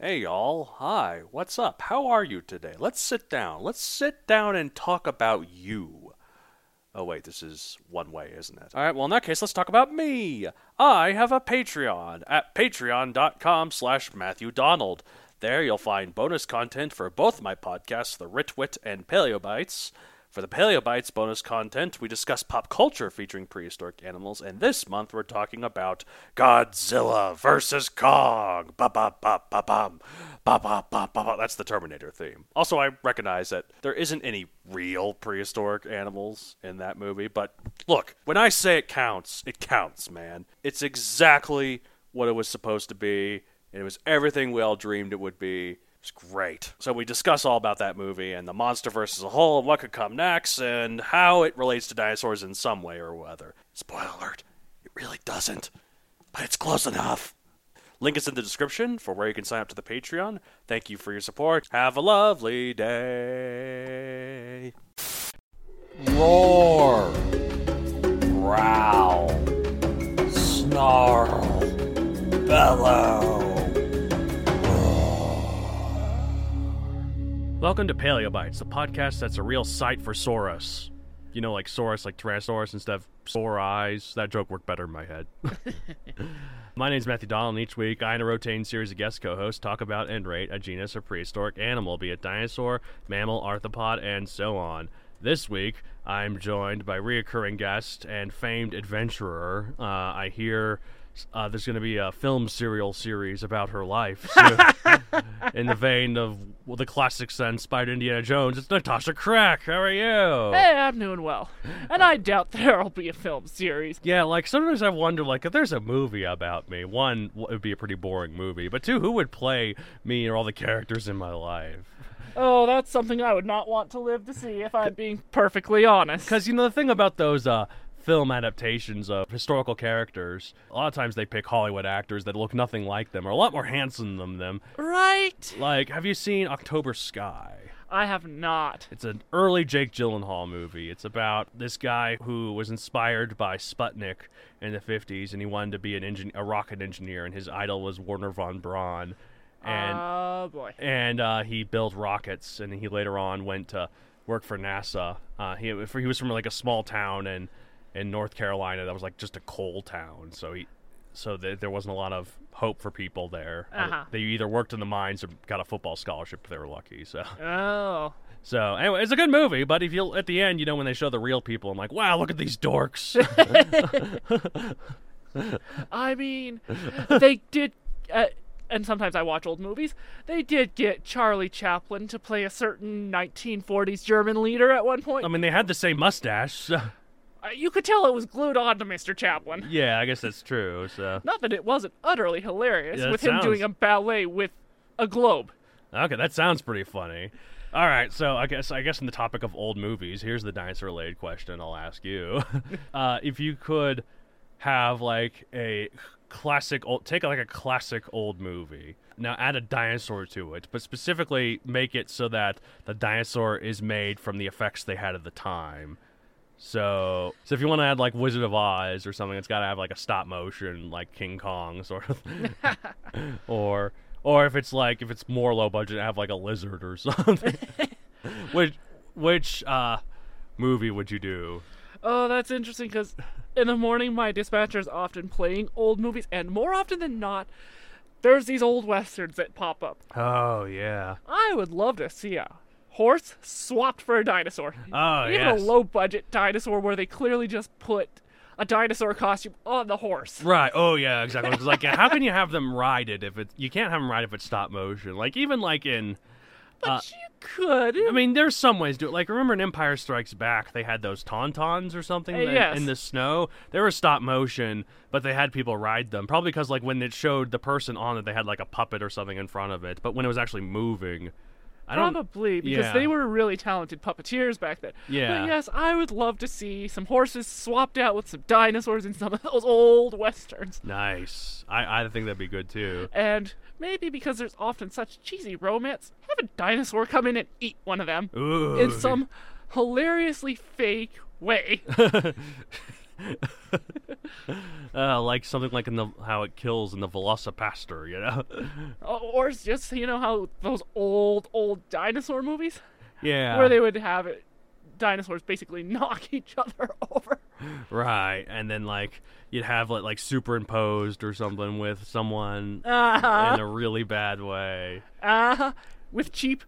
Hey y'all, hi, what's up? How are you today? Let's sit down. Let's sit down and talk about you. Oh, wait, this is one way, isn't it? All right, well, in that case, let's talk about me. I have a Patreon at patreon.com slash Matthew Donald. There you'll find bonus content for both my podcasts, The Ritwit and Paleobites. For the Paleobites bonus content, we discuss pop culture featuring prehistoric animals, and this month we're talking about Godzilla versus Kong. Ba ba ba ba bum. Ba ba ba ba ba. That's the Terminator theme. Also, I recognize that there isn't any real prehistoric animals in that movie, but look, when I say it counts, it counts, man. It's exactly what it was supposed to be, and it was everything we all dreamed it would be. It's great. So we discuss all about that movie and the MonsterVerse as a whole, and what could come next, and how it relates to dinosaurs in some way or other. Spoiler alert: it really doesn't, but it's close enough. Link is in the description for where you can sign up to the Patreon. Thank you for your support. Have a lovely day. Roar. Growl. Snarl. Bellow. Welcome to Paleobites, the podcast that's a real sight for Saurus. You know, like Saurus, like Tyrannosaurus instead of sore eyes. That joke worked better in my head. my name's Matthew Donald, and each week I and a rotating series of guest co hosts talk about and rate a genus or prehistoric animal, be it dinosaur, mammal, arthropod, and so on. This week, I'm joined by reoccurring guest and famed adventurer. Uh, I hear uh, there's going to be a film serial series about her life. So in the vein of well, the classic sense, Spider Indiana Jones. It's Natasha Crack. How are you? Hey, I'm doing well. And I doubt there'll be a film series. Yeah, like sometimes I wonder, like if there's a movie about me, one w- it would be a pretty boring movie, but two, who would play me or all the characters in my life? Oh, that's something I would not want to live to see if I'm being perfectly honest. Because you know the thing about those uh, film adaptations of historical characters, a lot of times they pick Hollywood actors that look nothing like them or a lot more handsome than them. Right? Like, have you seen October Sky? I have not. It's an early Jake Gyllenhaal movie. It's about this guy who was inspired by Sputnik in the 50s, and he wanted to be an engin- a rocket engineer, and his idol was Werner von Braun. And oh, boy. and uh, he built rockets, and he later on went to work for NASA. Uh, he he was from like a small town in in North Carolina that was like just a coal town, so he so th- there wasn't a lot of hope for people there. Uh-huh. They either worked in the mines or got a football scholarship if they were lucky. So Oh. so anyway, it's a good movie, but if you at the end, you know when they show the real people, I'm like, wow, look at these dorks. I mean, they did. Uh, and sometimes I watch old movies. They did get Charlie Chaplin to play a certain 1940s German leader at one point. I mean, they had the same mustache. So, Uh, you could tell it was glued on to Mr. Chaplin. yeah, I guess that's true. So Not that it wasn't utterly hilarious Yeah, that with him sounds- doing a ballet with a globe. Okay, that sounds pretty funny. All right, so I guess I guess in the topic of old movies, here's the dinosaur-related question I'll ask you: uh, If you could have like a classic old, take like a classic old movie, now add a dinosaur to it, but specifically make it so that the dinosaur is made from the effects they had at the time. So, so if you want to add like Wizard of Oz or something, it's got to have like a stop motion, like King Kong sort of, or or if it's like if it's more low budget, have like a lizard or something. which which uh, movie would you do? Oh, that's interesting because in the morning, my dispatcher's often playing old movies, and more often than not, there's these old westerns that pop up. Oh yeah. I would love to see a horse swapped for a dinosaur. Oh Even yes. a low budget dinosaur where they clearly just put a dinosaur costume on the horse. Right. Oh yeah, exactly. 'Cause, like, how can you have them ride it if it's you can't have them ride if it's stop motion? Like even like in Uh, But you could. I mean, there's some ways to do it. Like, remember in Empire Strikes Back, they had those tauntauns or something Uh, in- yes. in the snow. They were stop motion, but they had people ride them. Probably because, like, when it showed the person on it, they had, like, a puppet or something in front of it. But when it was actually moving, I don't. Probably because yeah. they were really talented puppeteers back then. Yeah. But yes, I would love to see some horses swapped out with some dinosaurs in some of those old westerns. Nice. I, I think that'd be good, too. And maybe because there's often such cheesy romance, have a dinosaur come in and eat one of them Ooh. in some hilariously fake way. Uh, like something like in the how it kills in the Velocipaster, you know? O- Oh, Or it's just you know how those old old dinosaur movies yeah. where they would have it, dinosaurs basically knock each other over. Right, and then like you'd have like like superimposed or something with someone Uh-huh. in a really bad way. Uh-huh. With cheap,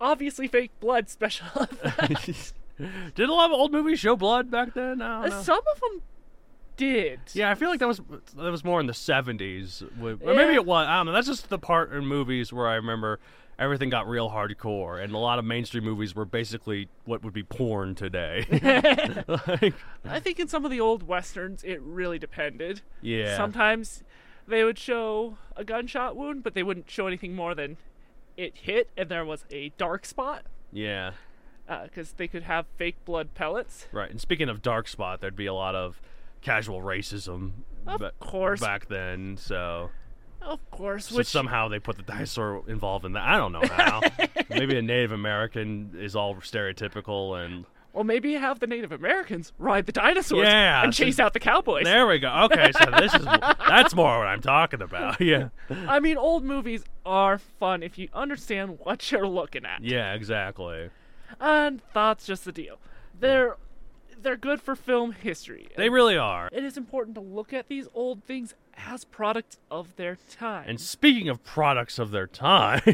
obviously fake blood special effects. Did a lot of old movies show blood back then? I don't know. Some of them did. yeah, I feel like that was that was more in the seventies. Or maybe Yeah. it was. I don't know. That's just the part in movies where I remember everything got real hardcore, and a lot of mainstream movies were basically what would be porn today. like, I think in some of the old westerns, it really depended. yeah. Sometimes they would show a gunshot wound, but they wouldn't show anything more than it hit and there was a dark spot Yeah. because they could have fake blood pellets. Right. And speaking of dark spot, there'd be a lot of casual racism. Of ba- course. Back then, so Of course, so which somehow they put the dinosaur involved in that. I don't know how. Maybe a Native American is all stereotypical and. well, maybe have the Native Americans ride the dinosaurs Yeah, and chase out the cowboys. There we go. Okay, so this is that's more what I'm talking about. Yeah. I mean, old movies are fun if you understand what you're looking at. Yeah, exactly. And that's just the deal. They're they're good for film history. They really are. it is important to look at these old things as products of their time. And speaking of products of their time,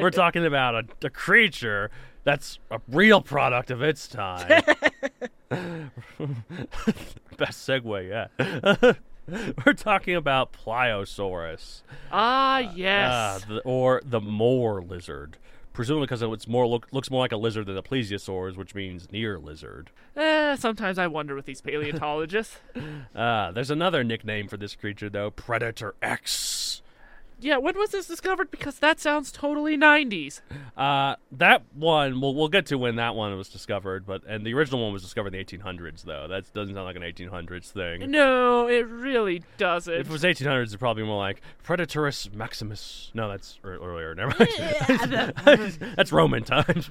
we're talking about a, a creature that's a real product of its time. Best segue yet. we're talking about Pliosaurus, ah, Ah, yes. the- or the more lizard. Presumably because it's more look, looks more like a lizard than a plesiosaur, which means near lizard. Eh, sometimes I wonder with these paleontologists. Uh, there's another nickname for this creature though, Predator X. yeah, when was this discovered? Because that sounds totally 90s. Uh, that one we'll, we'll get to when that one was discovered, but and the original one was discovered in the 1800s though. That doesn't sound like an 1800s thing. No, it really doesn't. If it was 1800s, it'd probably be more like Predatorus Maximus. No, that's ear- earlier. Never mind. that's Roman times.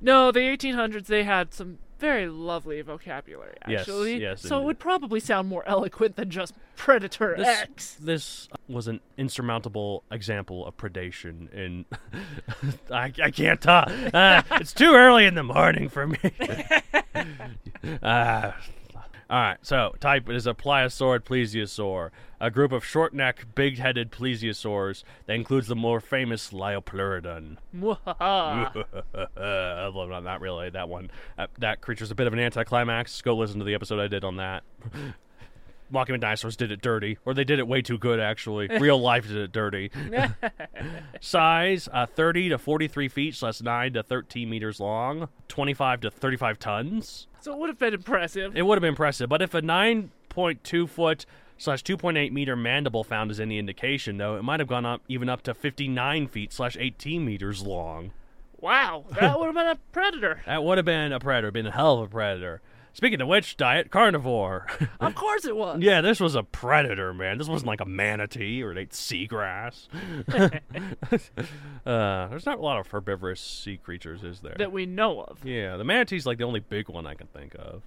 no, the 1800s, they had some very lovely vocabulary, Yes, actually. yes, so indeed. it would probably sound more eloquent than just Predator This, X. this uh, was an insurmountable example of predation, and I, I can't talk. Uh, it's too early in the morning for me. uh, all right, so type is a pliosaurid plesiosaur, a group of short neck, big headed plesiosaurs that includes the more famous Liopleurodon. Mwahaha. Uh, well, not- not really that one. Uh, that creature's a bit of an anticlimax. Go listen to the episode I did on that. Mocking dinosaurs did it dirty, or they did it way too good. Actually, real life did it dirty. Size: uh, thirty to forty-three feet, so that's nine to thirteen meters long, twenty-five to thirty-five tons. so it would have been impressive. It would have been impressive, but if a 9.2 foot slash 2.8 meter mandible found is any indication, though, it might have gone up even up to 59 feet slash 18 meters long. Wow, that would have been a predator. That would have been a predator, been a hell of a predator. Speaking of which, diet carnivore. Of course it was. yeah, this was a predator, man. This wasn't like a manatee or it ate seagrass. uh, there's not a lot of herbivorous sea creatures, is there? That we know of. Yeah, the manatee's like the only big one I can think of.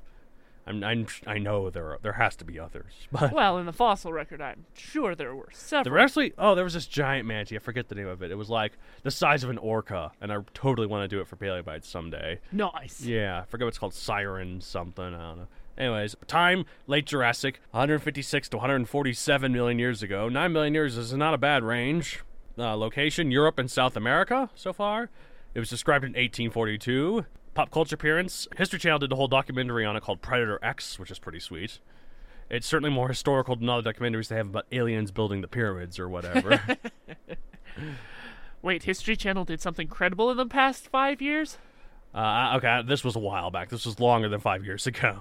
I'm, I'm I know there are, there has to be others, but Well, in the fossil record, I'm sure there were there several. were actually oh there was this giant manatee I forget the name of it. It was like the size of an orca, and I totally want to do it for paleobites someday. nice. Yeah, I forget what it's called. Siren something. I don't know. Anyways, time late Jurassic, 156 to 147 million years ago. Nine million years is not a bad range. Uh, location: Europe and South America. So far, it was described in 1842. Pop culture appearance: History Channel did a whole documentary on it called Predator X, which is pretty sweet. It's certainly more historical than all the documentaries they have about aliens building the pyramids or whatever. Wait, History Channel did something credible in the past five years? uh, okay, this was a while back. This was longer than five years ago.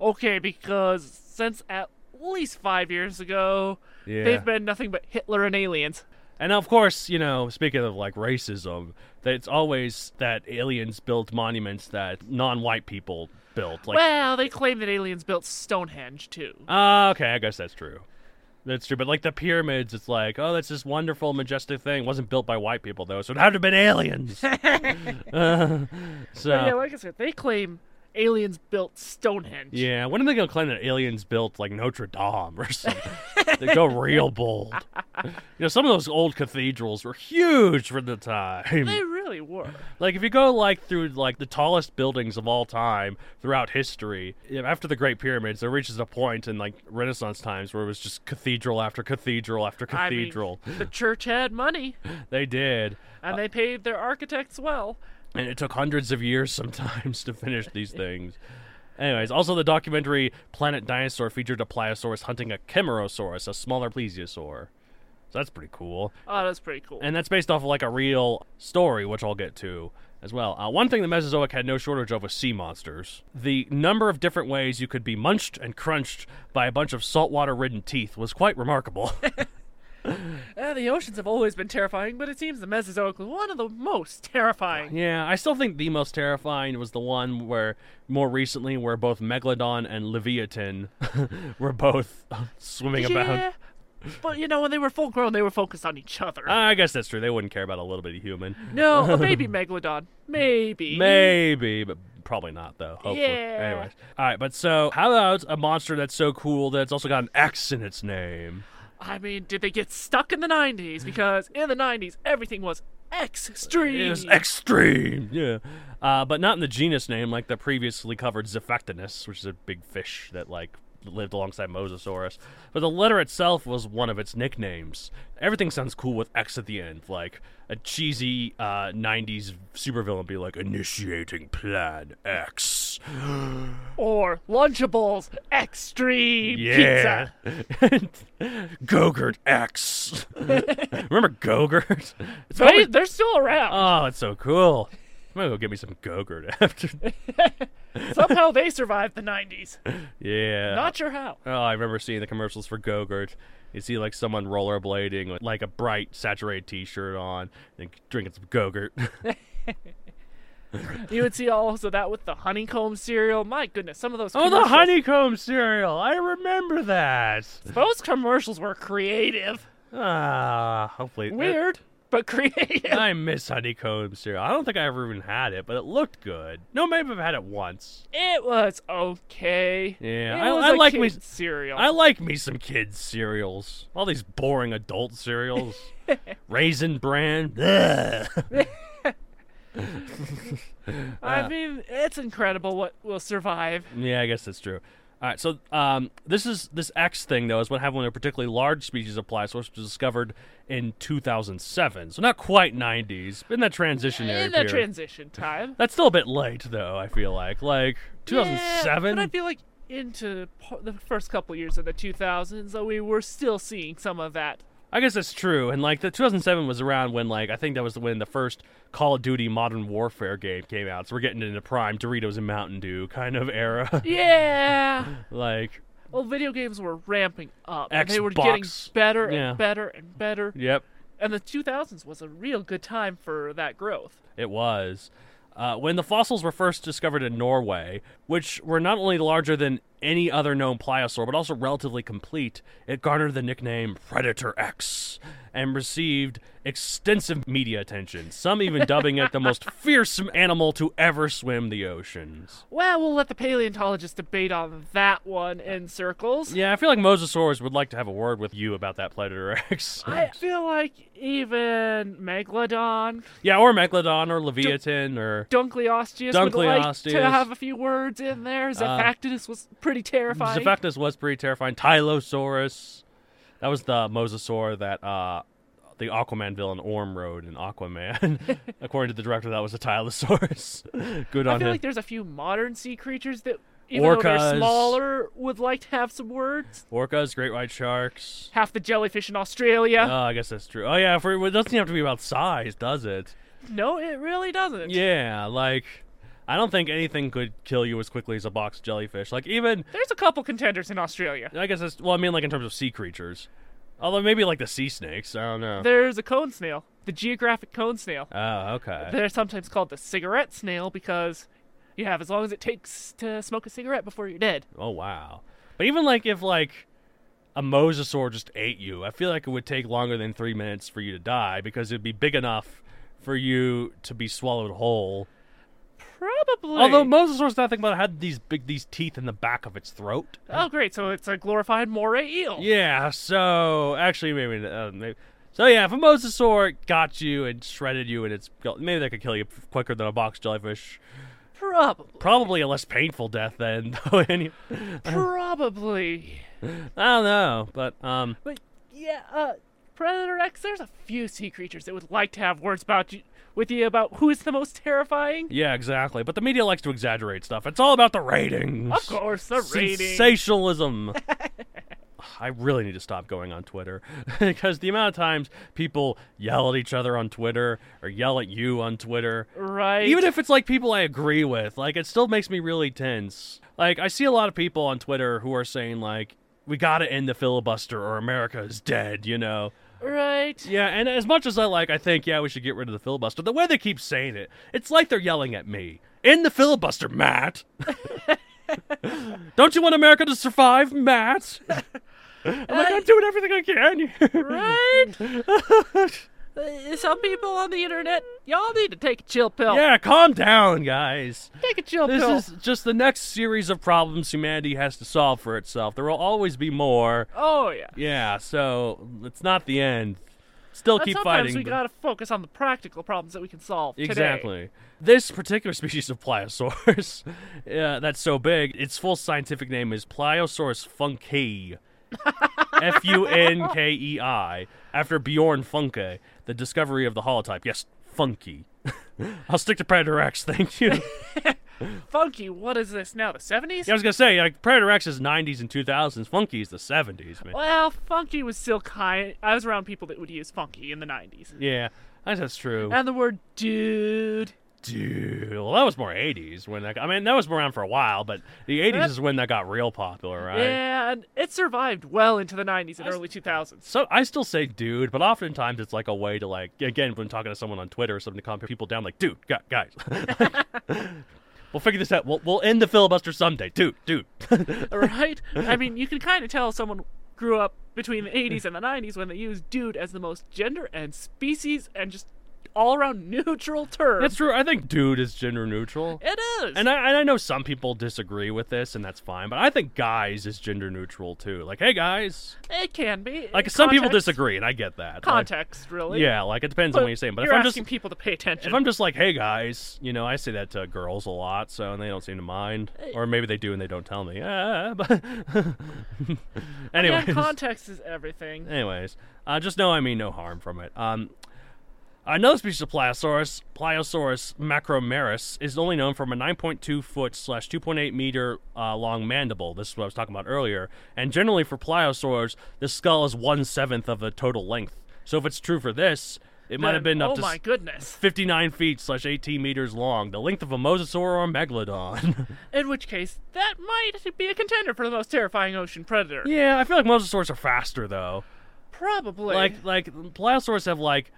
Okay, because since at least five years ago, Yeah. they've been nothing but Hitler and aliens. And of course, you know, speaking of like racism, that it's always that aliens built monuments that non-white people built. Like, well, they claim that aliens built Stonehenge, too. Ah, okay, I guess that's true. That's true. But like the pyramids, it's like, oh, that's this wonderful, majestic thing. It wasn't built by white people though, so it had to have been aliens. Uh, so yeah, like I said, they claim aliens built Stonehenge. Yeah, when are they gonna claim that aliens built like Notre Dame or something? they go real bold. You know, some of those old cathedrals were huge for the time. They really were. Like if you go like through like the tallest buildings of all time throughout history, you know, after the Great Pyramids, there reaches a point in like Renaissance times where it was just cathedral after cathedral after I mean, cathedral. Uh. the church had money, they did. and they paid their architects well. and it took hundreds of years sometimes to finish these things. Anyways, also the documentary Planet Dinosaur featured a pliosaurus hunting a Chimerosaurus, a smaller plesiosaur. So that's pretty cool. Oh, that's pretty cool. And that's based off of like a real story, which I'll get to as well. Uh, one thing the Mesozoic had no shortage of was sea monsters. The number of different ways you could be munched and crunched by a bunch of saltwater ridden teeth was quite remarkable. Ah, the oceans have always been terrifying, but it seems the Mesozoic was one of the most terrifying. Yeah, I still think the most terrifying was the one where more recently where both Megalodon and Leviathan were both swimming about. Yeah, but you know when they were full grown, they were focused on each other. I guess that's true. They wouldn't care about a little bit of human. no, or maybe Megalodon, maybe. Maybe, but probably not though. Hopefully. Yeah. Anyways. All right, but so how about a monster that's so cool that it's also got an X in its name? I mean, did they get stuck in the '90s? Because in the '90s, everything was extreme. It was extreme. Yeah. Uh, but not in the genus name like the previously covered Zephyctinus, which is a big fish that like lived alongside Mosasaurus. But the letter itself was one of its nicknames. Everything sounds cool with X at the end, like a cheesy uh, 90s supervillain be like initiating plan X. or Lunchables, extreme Yeah. pizza. Gogurt X. Remember Gogurt? It's They, they're still around. Oh, it's so cool. I'm gonna go get me some Gogurt after. Uh, Somehow they survived the '90s. Yeah. Not sure how. Oh, I remember seeing the commercials for Gogurt. You see like someone rollerblading with like a bright saturated T-shirt on and drinking some Gogurt. You would see also that with the honeycomb cereal. My goodness, some of those. oh, the commercials- honeycomb cereal! I remember that. Those commercials were creative, Ah, hopefully weird, but creative. I miss honeycomb cereal. I don't think I ever even had it, but it looked good. No, maybe I've had it once. It was okay. Yeah, It I- was I a like me- kid's cereal. I like me some kids cereals. All these boring adult cereals. Raisin bran. Ugh. uh, I mean, it's incredible what will survive. Yeah, I guess that's true. All right, so um, this is this X thing though is what happened when a particularly large species of pliosaurus was discovered in 2007. So not quite 90s, but in that transitionary In the period. transition time. that's still a bit late though. I feel like like 2007. Yeah, but I feel like into par- the first couple years of the 2000s, though we were still seeing some of that. I guess that's true. And like the 2007 was around when like I think that was when the first Call of Duty Modern Warfare game came out. So we're getting into prime Doritos and Mountain Dew kind of era. Yeah. like well, video games were ramping up. and they were getting Xbox. better and Yeah. better and better. yep. And the 2000s was a real good time for that growth. It was. Uh, when the fossils were first discovered in Norway, which were not only larger than any other known pliosaur, but also relatively complete, it garnered the nickname Predator X and received extensive media attention, some even dubbing it the most fearsome animal to ever swim the oceans. Well, we'll let the paleontologists debate on that one in circles. Yeah, I feel like Mosasaurus would like to have a word with you about that Predator X. I feel like even Megalodon, yeah, or Megalodon or Leviathan or. Dunkleosteus would like to Dunkleosteus. Uh, have a few words in there. Zephactinus was pretty terrifying. Zephactinus was pretty terrifying. Tylosaurus. That was the mosasaur that uh, the Aquaman villain Orm rode in Aquaman. According to the director, that was a Tylosaurus. Good I on feel him. like there's a few modern sea creatures that, even though they're Orcas. smaller, would like to have some words. Orcas, great white sharks. Half the jellyfish in Australia. Oh, I guess that's true. Oh yeah, for, it doesn't have to be about size, does it? no, it really doesn't. Yeah, like I don't think anything could kill you as quickly as a box jellyfish. Like even There's a couple contenders in Australia. I guess that's well, I mean like in terms of sea creatures. Although maybe like the sea snakes. I don't know. There's a cone snail, the geographic cone snail. Oh, okay. They're sometimes called the cigarette snail because you have as long as it takes to smoke a cigarette before you're dead. Oh wow! But even like if like a mosasaur just ate you, I feel like it would take longer than three minutes for you to die because it'd be big enough for you to be swallowed whole. Probably. Although Mosasaur's nothing but had these big these teeth in the back of its throat. oh, great. So it's a glorified moray eel. Yeah, so actually maybe, uh, maybe so yeah, if a mosasaur got you and shredded you and it's maybe they could kill you quicker than a box jellyfish. Probably. Probably a less painful death than though any Uh-huh. Probably. I don't know, but um But yeah, uh, Predator X. There's a few sea creatures that would like to have words about you, with you about who is the most terrifying. yeah, exactly. But the media likes to exaggerate stuff. It's all about the ratings. Of course, the rating. Sensationalism. I really need to stop going on Twitter because the amount of times people yell at each other on Twitter or yell at you on Twitter, Right. even if it's like people I agree with, like it still makes me really tense. Like I see a lot of people on Twitter who are saying like we got to end the filibuster or America is dead, you know. Right. Yeah, and as much as I like, I think yeah, we should get rid of the filibuster. The way they keep saying it, it's like they're yelling at me. In the filibuster, Matt. Don't you want America to survive, Matt? I'm like, I'm doing everything I can. Right. Uh, Some people on the internet, y'all need to take a chill pill. yeah, calm down, guys. Take a chill This pill. is just the next series of problems humanity has to solve for itself. There will always be more. Oh yeah. Yeah, so it's not the end. Still But keep sometimes fighting. we but- gotta focus on the practical problems that we can solve. today. Exactly. This particular species of Pliosaurus, uh, that's so big, its full scientific name is Pliosaurus funkei. F U N K E I, after Bjorn Funke, the discovery of the holotype. Yes, funky. I'll stick to Predator X, thank you. Funky, what is this now? The 70s? Yeah, I was going to say, like, Predator X is 90s and 2000s. Funky is the 70s, man. Well, funky was still kind. I was around people that would use funky in the 90s. Yeah, I guess that's true. And the word dude. Dude, well, that was more 80s when that. I mean, that was around for a while, but the 80s is when that got real popular, right? And it survived well into the 90s and early 2000s. So I still say dude, but oftentimes it's like a way to like again when talking to someone on Twitter or something to calm people down. Like, dude, gu- guys, we'll figure this out. We'll we'll end the filibuster someday, dude, dude. right? I mean, you can kind of tell someone grew up between the 80s and the 90s when they used dude as the most gender and species and just all around neutral term. That's true. I think dude is gender neutral. It is. And I, and I know some people disagree with this, and that's fine. But I think guys is gender neutral too. Like, hey guys, it can be. like some people Context- disagree, and I get that. Context, Like, really. yeah, like it depends on what you're saying. But you're if I'm just asking people to pay attention. if I'm just like, hey guys, you know, I say that to girls a lot, so and they don't seem to mind, Uh, or maybe they do and they don't tell me. Ah, but yeah, anyways, context is everything. anyways, uh, just know I mean no harm from it. Um, another species of Pliosaurus, Pliosaurus macromerus, is only known from a 9.2 foot slash 2.8 meter uh, long mandible. This is what I was talking about earlier. And generally for Pliosaurs, the skull is one seventh of the total length. So if it's true for this. It might have Then- been up oh to my s- goodness. 59 feet slash 18 meters long, the length of a mosasaur or a megalodon. In which case, that might be a contender for the most terrifying ocean predator. yeah, I feel like mosasaurs are faster though. Probably. Like like pliosaurs have like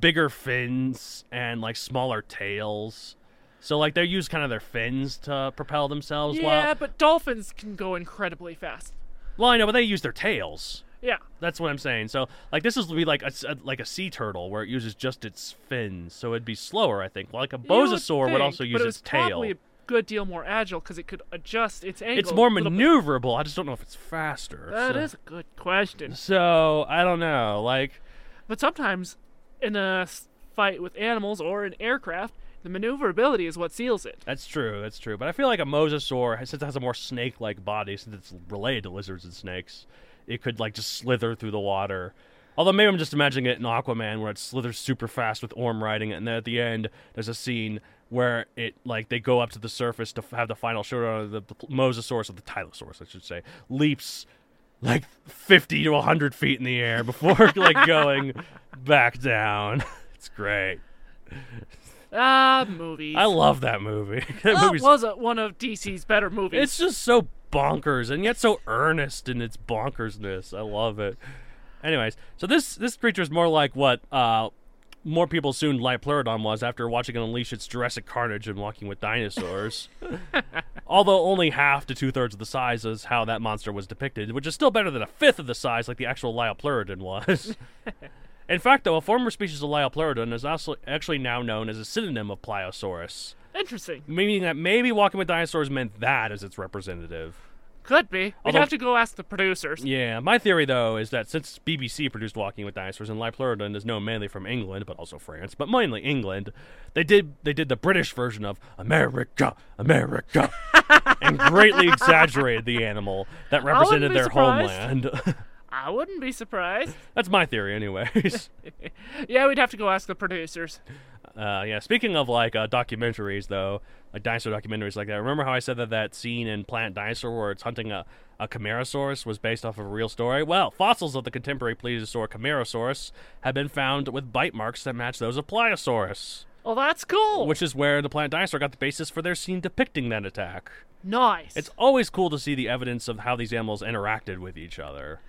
bigger fins and like smaller tails. So like they use kind of their fins to propel themselves. yeah, while, but dolphins can go incredibly fast. well, I know, but they use their tails. Yeah. That's what I'm saying. So like this is would be like a, s- a- like a sea turtle where it uses just its fins, so it'd be slower, I think. Like a You would mosasaur would, think, also use but it its was tail. probably a good deal more agile because it could adjust its angle. it's more a little bit. maneuverable. I just don't know if it's faster. That so. is a good question. So I don't know. Like, But sometimes, in a s- fight with animals or an aircraft, the maneuverability is what seals it. that's true. That's true. But I feel like a mosasaur, has- since it has a more snake-like body, since it's related to lizards and snakes, it could like just slither through the water. Although maybe I'm just imagining it in Aquaman, where it slithers super fast with Orm riding it, and then at the end there's a scene where it like they go up to the surface to f- have the final showdown. The, the mosasaurus, or the tylosaurus, I should say, leaps like 50 to 100 feet in the air before like going back down. It's great. Ah, movies. I love that movie. That that movie's- was a, one of DC's better movies. it's just so bonkers and yet so earnest in its bonkersness. I love it. Anyways, so this this creature is more like what uh, more people assumed Pleurodon was after watching it unleash its Jurassic carnage and walking with dinosaurs. Although only half to two thirds of the size is how that monster was depicted, which is still better than a fifth of the size like the actual Lyopleurodon was. In fact, though, a former species of Lyopleurodon is also actually now known as a synonym of Pliosaurus. Interesting. Meaning that maybe Walking with Dinosaurs meant that as its representative. Could be. We'd Although- have to go ask the producers. Yeah, my theory though is that since BBC produced Walking with Dinosaurs and Pluridan is known mainly from England, but also France, but mainly England, they did they did the British version of America, America, and greatly exaggerated the animal that represented be their surprised. homeland. I wouldn't be surprised. That's my theory, anyways. yeah, we'd have to go ask the producers. Uh, yeah, speaking of like uh, documentaries, though, like dinosaur documentaries like that. Remember how I said that that scene in Planet Dinosaur where it's hunting a a Camarasaurus was based off of a real story? Well, fossils of the contemporary plesiosaur Camarasaurus have been found with bite marks that match those of Pliosaurus, Well, that's cool. which is where the Planet Dinosaur got the basis for their scene depicting that attack. nice. It's always cool to see the evidence of how these animals interacted with each other.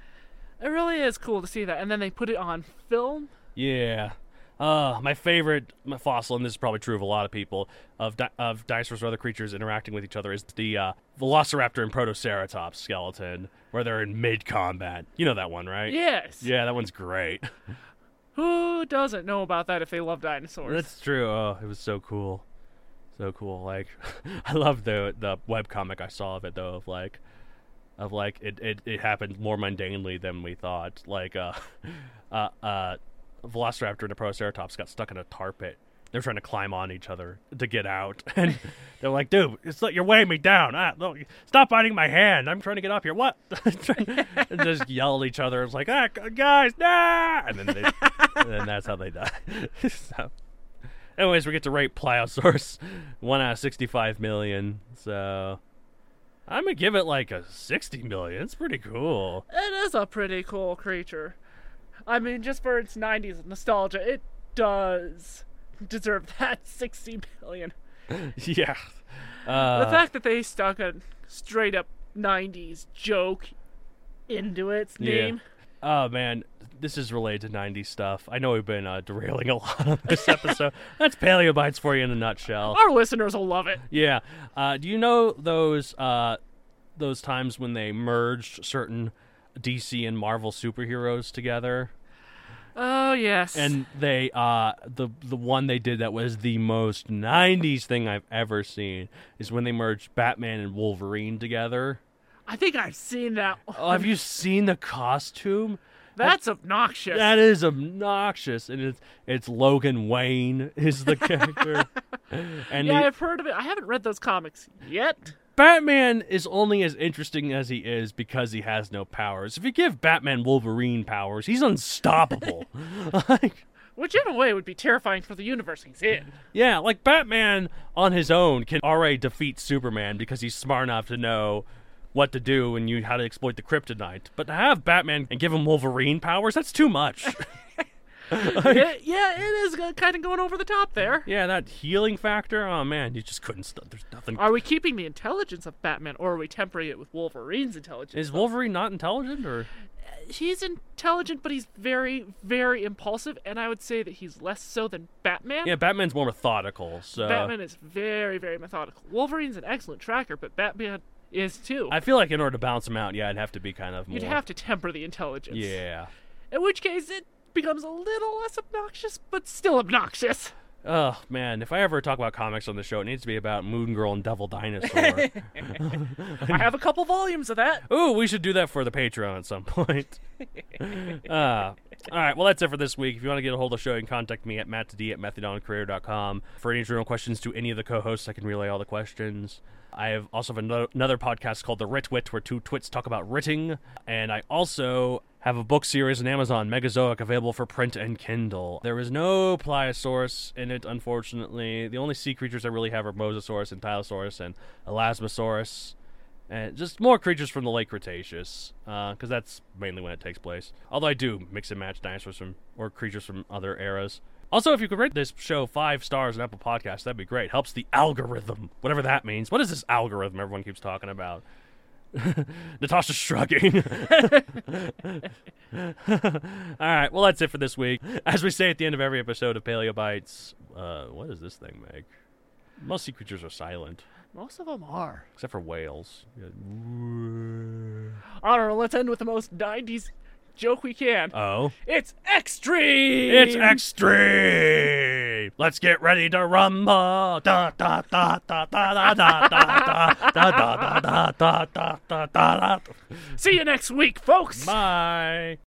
it really is cool to see that. And then they put it on film. Yeah. Uh, my favorite m- fossil, and this is probably true of a lot of people, of di- of dinosaurs or other creatures interacting with each other, is the uh, Velociraptor and Protoceratops skeleton, where they're in mid combat. You know that one, right? Yes. Yeah, that one's great. Who doesn't know about that if they love dinosaurs? That's true. Oh, it was so cool, so cool. Like, I love the the webcomic I saw of it though, of like, of like it it, it happened more mundanely than we thought. Like, uh, uh, uh, Velociraptor and a Proceratops got stuck in a tar pit. They're trying to climb on each other to get out, and they're like, "Dude, it's like you're weighing me down. Ah, no, you- stop biting my hand. I'm trying to get up here. What?" and just yell at each other. It's like, "Ah, gu- guys, nah!" And then they, and then that's how they die. so, Anyways, we get to rate Pliosaurus one out of sixty-five million. So I'm gonna give it like a sixty million. It's pretty cool. It is a pretty cool creature. I mean, just for its 90s nostalgia, it does deserve that 60 million. yeah. The Uh, fact that they stuck a straight up 90s joke into its Yeah. name. oh man, this is related to '90s stuff. I know we've been uh, derailing a lot on this episode. That's Paleobites for you in a nutshell. Our listeners will love it. Yeah. Uh, do you know those uh, those times when they merged certain DC and Marvel superheroes together? Oh, yes. and they uh the the one they did that was the most 90s thing i've ever seen is when they merged batman and wolverine together I think I've seen that. one. oh, have you seen the costume That's obnoxious. that is obnoxious and it's it's logan wayne is the character and yeah, the- I've heard of it. I haven't read those comics yet. Batman is only as interesting as he is because he has no powers. If you give Batman Wolverine powers, he's unstoppable. like, Which, in a way, would be terrifying for the universe he's in. Yeah, like Batman on his own can already defeat Superman because he's smart enough to know what to do and you how to exploit the kryptonite. But to have Batman and give him Wolverine powers, that's too much. yeah, yeah, it is kind of going over the top there. yeah, that healing factor. Oh man, you just couldn't. St- there's nothing. Are we keeping the intelligence of Batman, or are we tempering it with Wolverine's intelligence? Is Wolverine not intelligent or? He's intelligent, but he's very, very impulsive, and I would say that he's less so than Batman. Yeah, Batman's more methodical. So Batman is very, very methodical. Wolverine's an excellent tracker, but Batman is too. I feel like in order to balance him out, yeah, I'd have to be kind of. More, You'd have to temper the intelligence. Yeah. In which case, it becomes a little less obnoxious, but still obnoxious. Oh man, if I ever talk about comics on the show, it needs to be about Moon Girl and Devil Dinosaur. I have a couple volumes of that. Ooh, we should do that for the Patreon at some point. uh, all right, well, that's it for this week. If you want to get a hold of the show, you can contact me at mattd at methadoncareer.com. For any journal questions to any of the co hosts, I can relay all the questions. I have also have another, another podcast called The Writ Wit, where two twits talk about writting. And I also have a book series on Amazon, Megazoic, available for print and Kindle. There is no Pliosaurus in it, unfortunately. The only sea creatures I really have are Mosasaurus and Tylosaurus and Elasmosaurus and just more creatures from the late Cretaceous, because that's mainly when it takes place. Although I do mix and match dinosaurs from or creatures from other eras. Also, if you could rate this show five stars on Apple Podcasts, that'd be great. Helps the algorithm, whatever that means. What is this algorithm everyone keeps talking about? Natasha's shrugging. All right, well that's it for this week. As we say at the end of every episode of Paleobites, uh, what does this thing make? Most sea creatures are silent, Most of them are. except for whales. Yeah. I don't know, let's end with the most 90s joke we can. Oh. it's extreme! It's extreme! ready. Let's get ready to rumble. Da da da da da da da da da da da da da da da da da. See you next week, folks. Bye.